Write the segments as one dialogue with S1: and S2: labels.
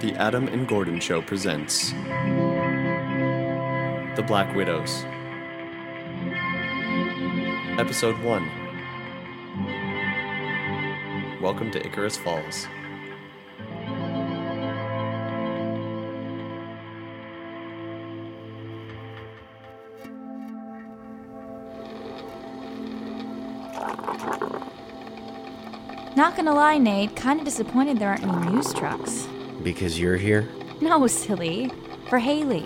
S1: The Adam and Gordon Show presents The Black Widows. Episode 1 Welcome to Icarus Falls.
S2: Not gonna lie, Nate, kinda disappointed there aren't any news trucks.
S3: Because you're here?
S2: No, silly. For Haley.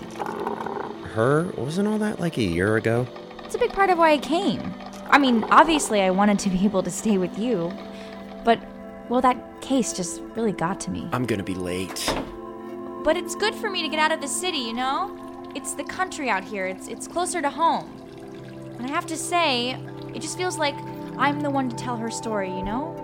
S3: Her? Wasn't all that like a year ago?
S2: It's a big part of why I came. I mean, obviously, I wanted to be able to stay with you. But, well, that case just really got to me.
S3: I'm gonna be late.
S2: But it's good for me to get out of the city, you know? It's the country out here, it's, it's closer to home. And I have to say, it just feels like I'm the one to tell her story, you know?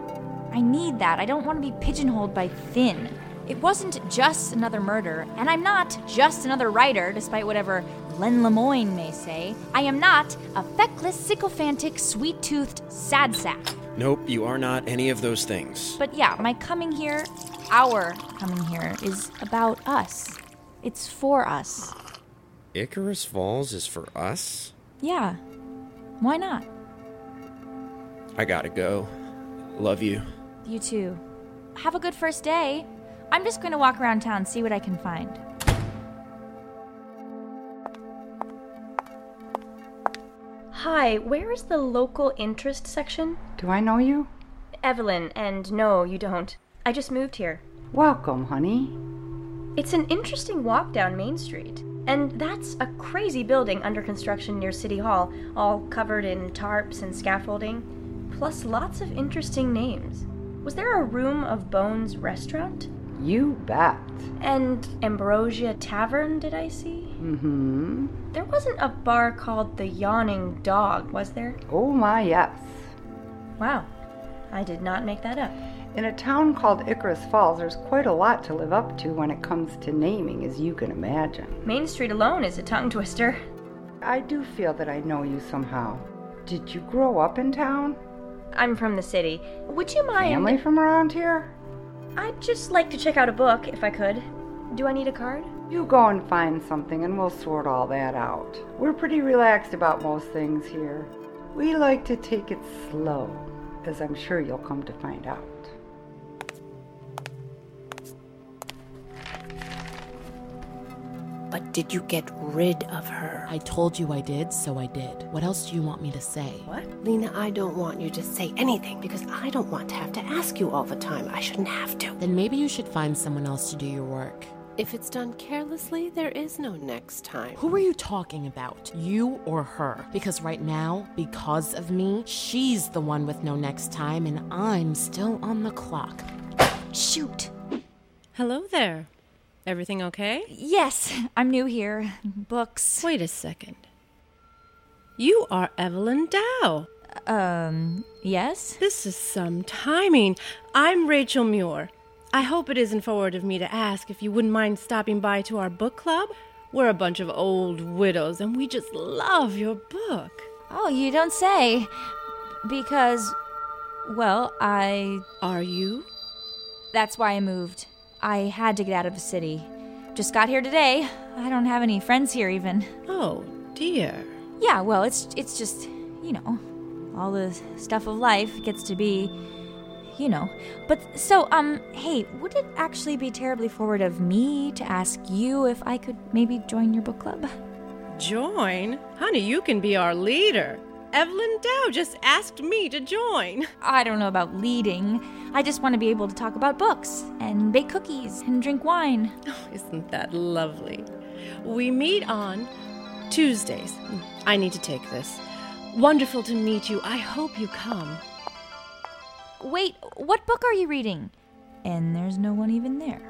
S2: I need that. I don't want to be pigeonholed by thin. It wasn't just another murder, and I'm not just another writer, despite whatever Len Lemoyne may say. I am not a feckless, sycophantic, sweet toothed sad sack.
S3: Nope, you are not any of those things.
S2: But yeah, my coming here, our coming here, is about us. It's for us.
S3: Icarus Falls is for us?
S2: Yeah. Why not?
S3: I gotta go. Love you.
S2: You too. Have a good first day. I'm just going to walk around town, see what I can find.
S4: Hi, where is the local interest section?
S5: Do I know you?
S4: Evelyn, and no, you don't. I just moved here.
S5: Welcome, honey.
S4: It's an interesting walk down Main Street. And that's a crazy building under construction near City Hall, all covered in tarps and scaffolding, plus lots of interesting names. Was there a Room of Bones restaurant?
S5: You bet.
S4: And Ambrosia Tavern, did I see?
S5: Mm-hmm.
S4: There wasn't a bar called The Yawning Dog, was there?
S5: Oh my yes.
S4: Wow, I did not make that up.
S5: In a town called Icarus Falls, there's quite a lot to live up to when it comes to naming, as you can imagine.
S4: Main Street alone is a tongue twister.
S5: I do feel that I know you somehow. Did you grow up in town?
S4: I'm from the city. Would you mind?
S5: Family from around here?
S4: I'd just like to check out a book if I could. Do I need a card?
S5: You go and find something and we'll sort all that out. We're pretty relaxed about most things here. We like to take it slow, as I'm sure you'll come to find out.
S6: But did you get rid of her?
S7: I told you I did, so I did. What else do you want me to say?
S6: Lena, I don't want you to say anything because I don't want to have to ask you all the time. I shouldn't have to.
S7: Then maybe you should find someone else to do your work.
S6: If it's done carelessly, there is no next time.
S7: Who are you talking about? You or her? Because right now, because of me, she's the one with no next time, and I'm still on the clock.
S2: Shoot!
S8: Hello there. Everything okay?
S2: Yes, I'm new here. Books.
S8: Wait a second. You are Evelyn Dow.
S2: Um, yes?
S8: This is some timing. I'm Rachel Muir. I hope it isn't forward of me to ask if you wouldn't mind stopping by to our book club. We're a bunch of old widows and we just love your book.
S2: Oh, you don't say. Because, well, I.
S8: Are you?
S2: That's why I moved. I had to get out of the city. Just got here today. I don't have any friends here, even.
S8: Oh, dear.
S2: Yeah, well, it's it's just, you know, all the stuff of life gets to be, you know. But so, um, hey, would it actually be terribly forward of me to ask you if I could maybe join your book club?
S8: Join? Honey, you can be our leader. Evelyn Dow just asked me to join.
S2: I don't know about leading. I just want to be able to talk about books and bake cookies and drink wine.
S8: Oh, isn't that lovely? We meet on Tuesdays. I need to take this. Wonderful to meet you. I hope you come.
S2: Wait, what book are you reading? And there's no one even there.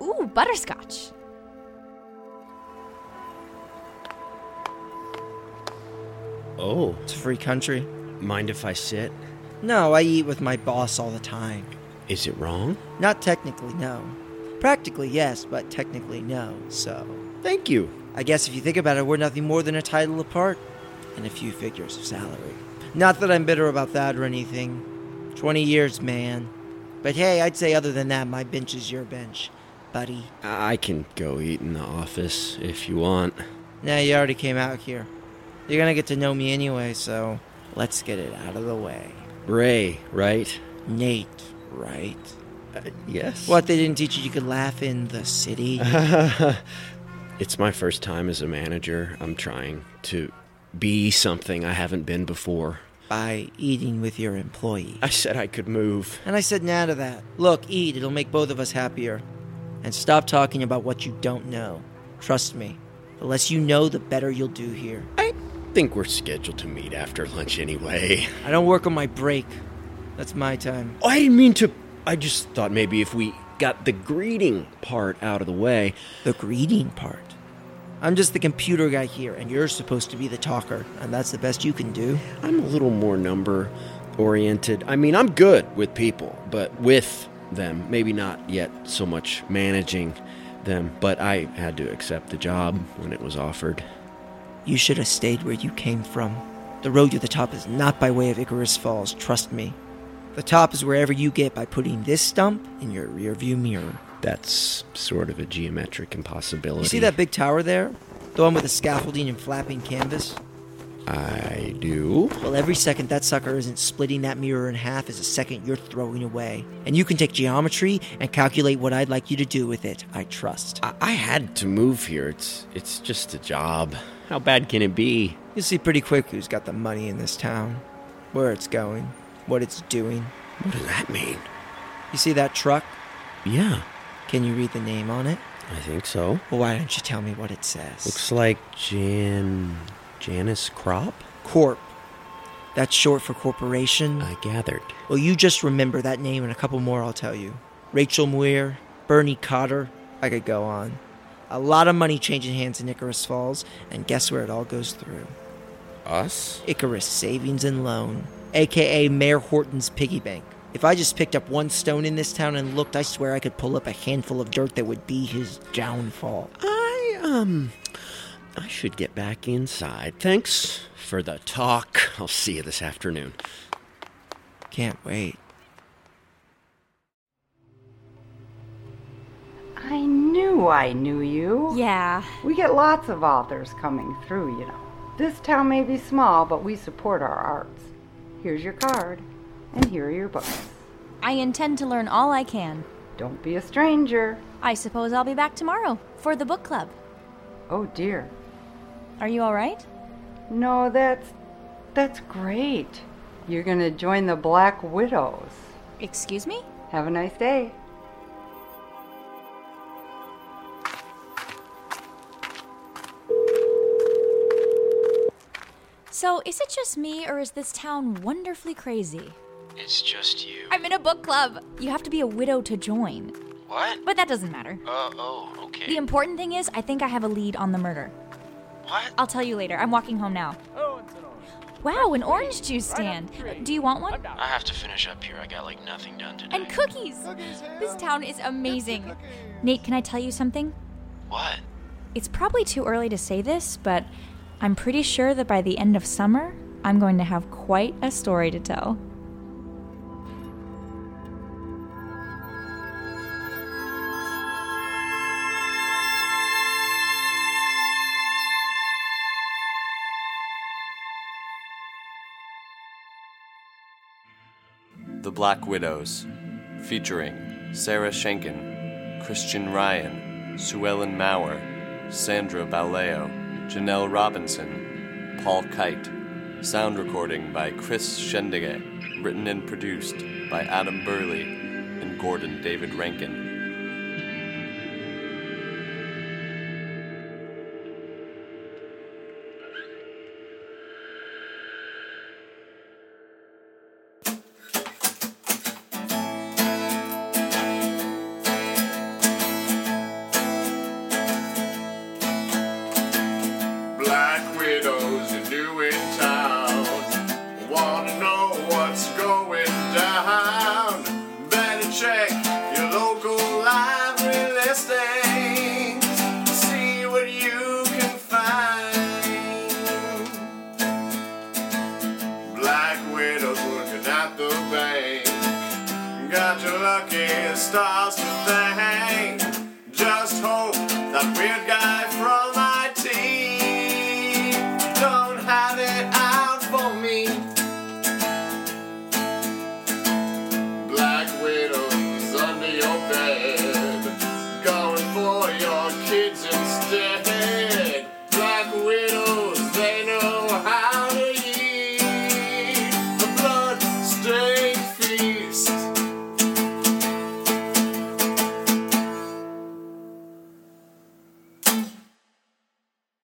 S2: Ooh, butterscotch.
S3: Oh.
S9: It's a free country.
S3: Mind if I sit?
S9: No, I eat with my boss all the time.
S3: Is it wrong?
S9: Not technically, no. Practically, yes, but technically, no. So,
S3: Thank you.
S9: I guess if you think about it, we're nothing more than a title apart and a few figures of salary. Not that I'm bitter about that or anything. 20 years, man. But hey, I'd say other than that, my bench is your bench, buddy.
S3: I can go eat in the office if you want.
S9: Now you already came out here. You're gonna get to know me anyway, so let's get it out of the way.
S3: Ray, right?
S9: Nate, right?
S3: Uh, Yes.
S9: What, they didn't teach you you could laugh in the city?
S3: It's my first time as a manager. I'm trying to be something I haven't been before.
S9: By eating with your employee.
S3: I said I could move.
S9: And I said, nah to that. Look, eat, it'll make both of us happier. And stop talking about what you don't know. Trust me, the less you know, the better you'll do here.
S3: I think we're scheduled to meet after lunch anyway.
S9: I don't work on my break. That's my time.
S3: Oh, I didn't mean to. I just thought maybe if we got the greeting part out of the way.
S9: The greeting part. I'm just the computer guy here, and you're supposed to be the talker, and that's the best you can do.
S3: I'm a little more number oriented. I mean, I'm good with people, but with them, maybe not yet so much managing them, but I had to accept the job when it was offered.
S9: You should have stayed where you came from. The road to the top is not by way of Icarus Falls, trust me. The top is wherever you get by putting this stump in your rearview mirror.
S3: That's sort of a geometric impossibility.
S9: You see that big tower there? The one with the scaffolding and flapping canvas?
S3: I do.
S9: Well, every second that sucker isn't splitting that mirror in half is a second you're throwing away. And you can take geometry and calculate what I'd like you to do with it, I trust.
S3: I, I had to move here. It's it's just a job. How bad can it be?
S9: You'll see pretty quick who's got the money in this town, where it's going, what it's doing.
S3: What does that mean?
S9: You see that truck?
S3: Yeah,
S9: Can you read the name on it?
S3: I think so.
S9: Well, why don't you tell me what it says?
S3: Looks like Jan Janice Crop.
S9: Corp. That's short for corporation.
S3: I gathered.
S9: Well, you just remember that name and a couple more I'll tell you. Rachel Muir, Bernie Cotter, I could go on. A lot of money changing hands in Icarus Falls, and guess where it all goes through?
S3: Us?
S9: Icarus Savings and Loan, aka Mayor Horton's piggy bank. If I just picked up one stone in this town and looked, I swear I could pull up a handful of dirt that would be his downfall.
S3: I um I should get back inside. Thanks for the talk. I'll see you this afternoon.
S9: Can't wait.
S5: I knew I knew you.
S2: Yeah.
S5: We get lots of authors coming through, you know. This town may be small, but we support our arts. Here's your card, and here are your books.
S2: I intend to learn all I can.
S5: Don't be a stranger.
S2: I suppose I'll be back tomorrow for the book club.
S5: Oh dear.
S2: Are you all right?
S5: No, that's that's great. You're going to join the Black Widows.
S2: Excuse me?
S5: Have a nice day.
S2: So, is it just me or is this town wonderfully crazy?
S10: It's just you.
S2: I'm in a book club. You have to be a widow to join.
S10: What?
S2: But that doesn't matter.
S10: Uh, oh, okay.
S2: The important thing is, I think I have a lead on the murder.
S10: what?
S2: I'll tell you later. I'm walking home now. Wow, an orange juice stand. Do you want one?
S10: I have to finish up here. I got like nothing done today.
S2: And cookies. This town is amazing. Nate, can I tell you something?
S10: What?
S2: It's probably too early to say this, but I'm pretty sure that by the end of summer, I'm going to have quite a story to tell.
S1: The Black Widows, featuring Sarah Schenken, Christian Ryan, Suellen Maurer, Sandra Baleo, Janelle Robinson, Paul Kite. Sound recording by Chris Schendige, written and produced by Adam Burley and Gordon David Rankin.
S11: Black widows are new in town. Wanna know what's going down? Better check your local library listings. See what you can find. Black widows working at the bank.
S9: Got your lucky stars to thank.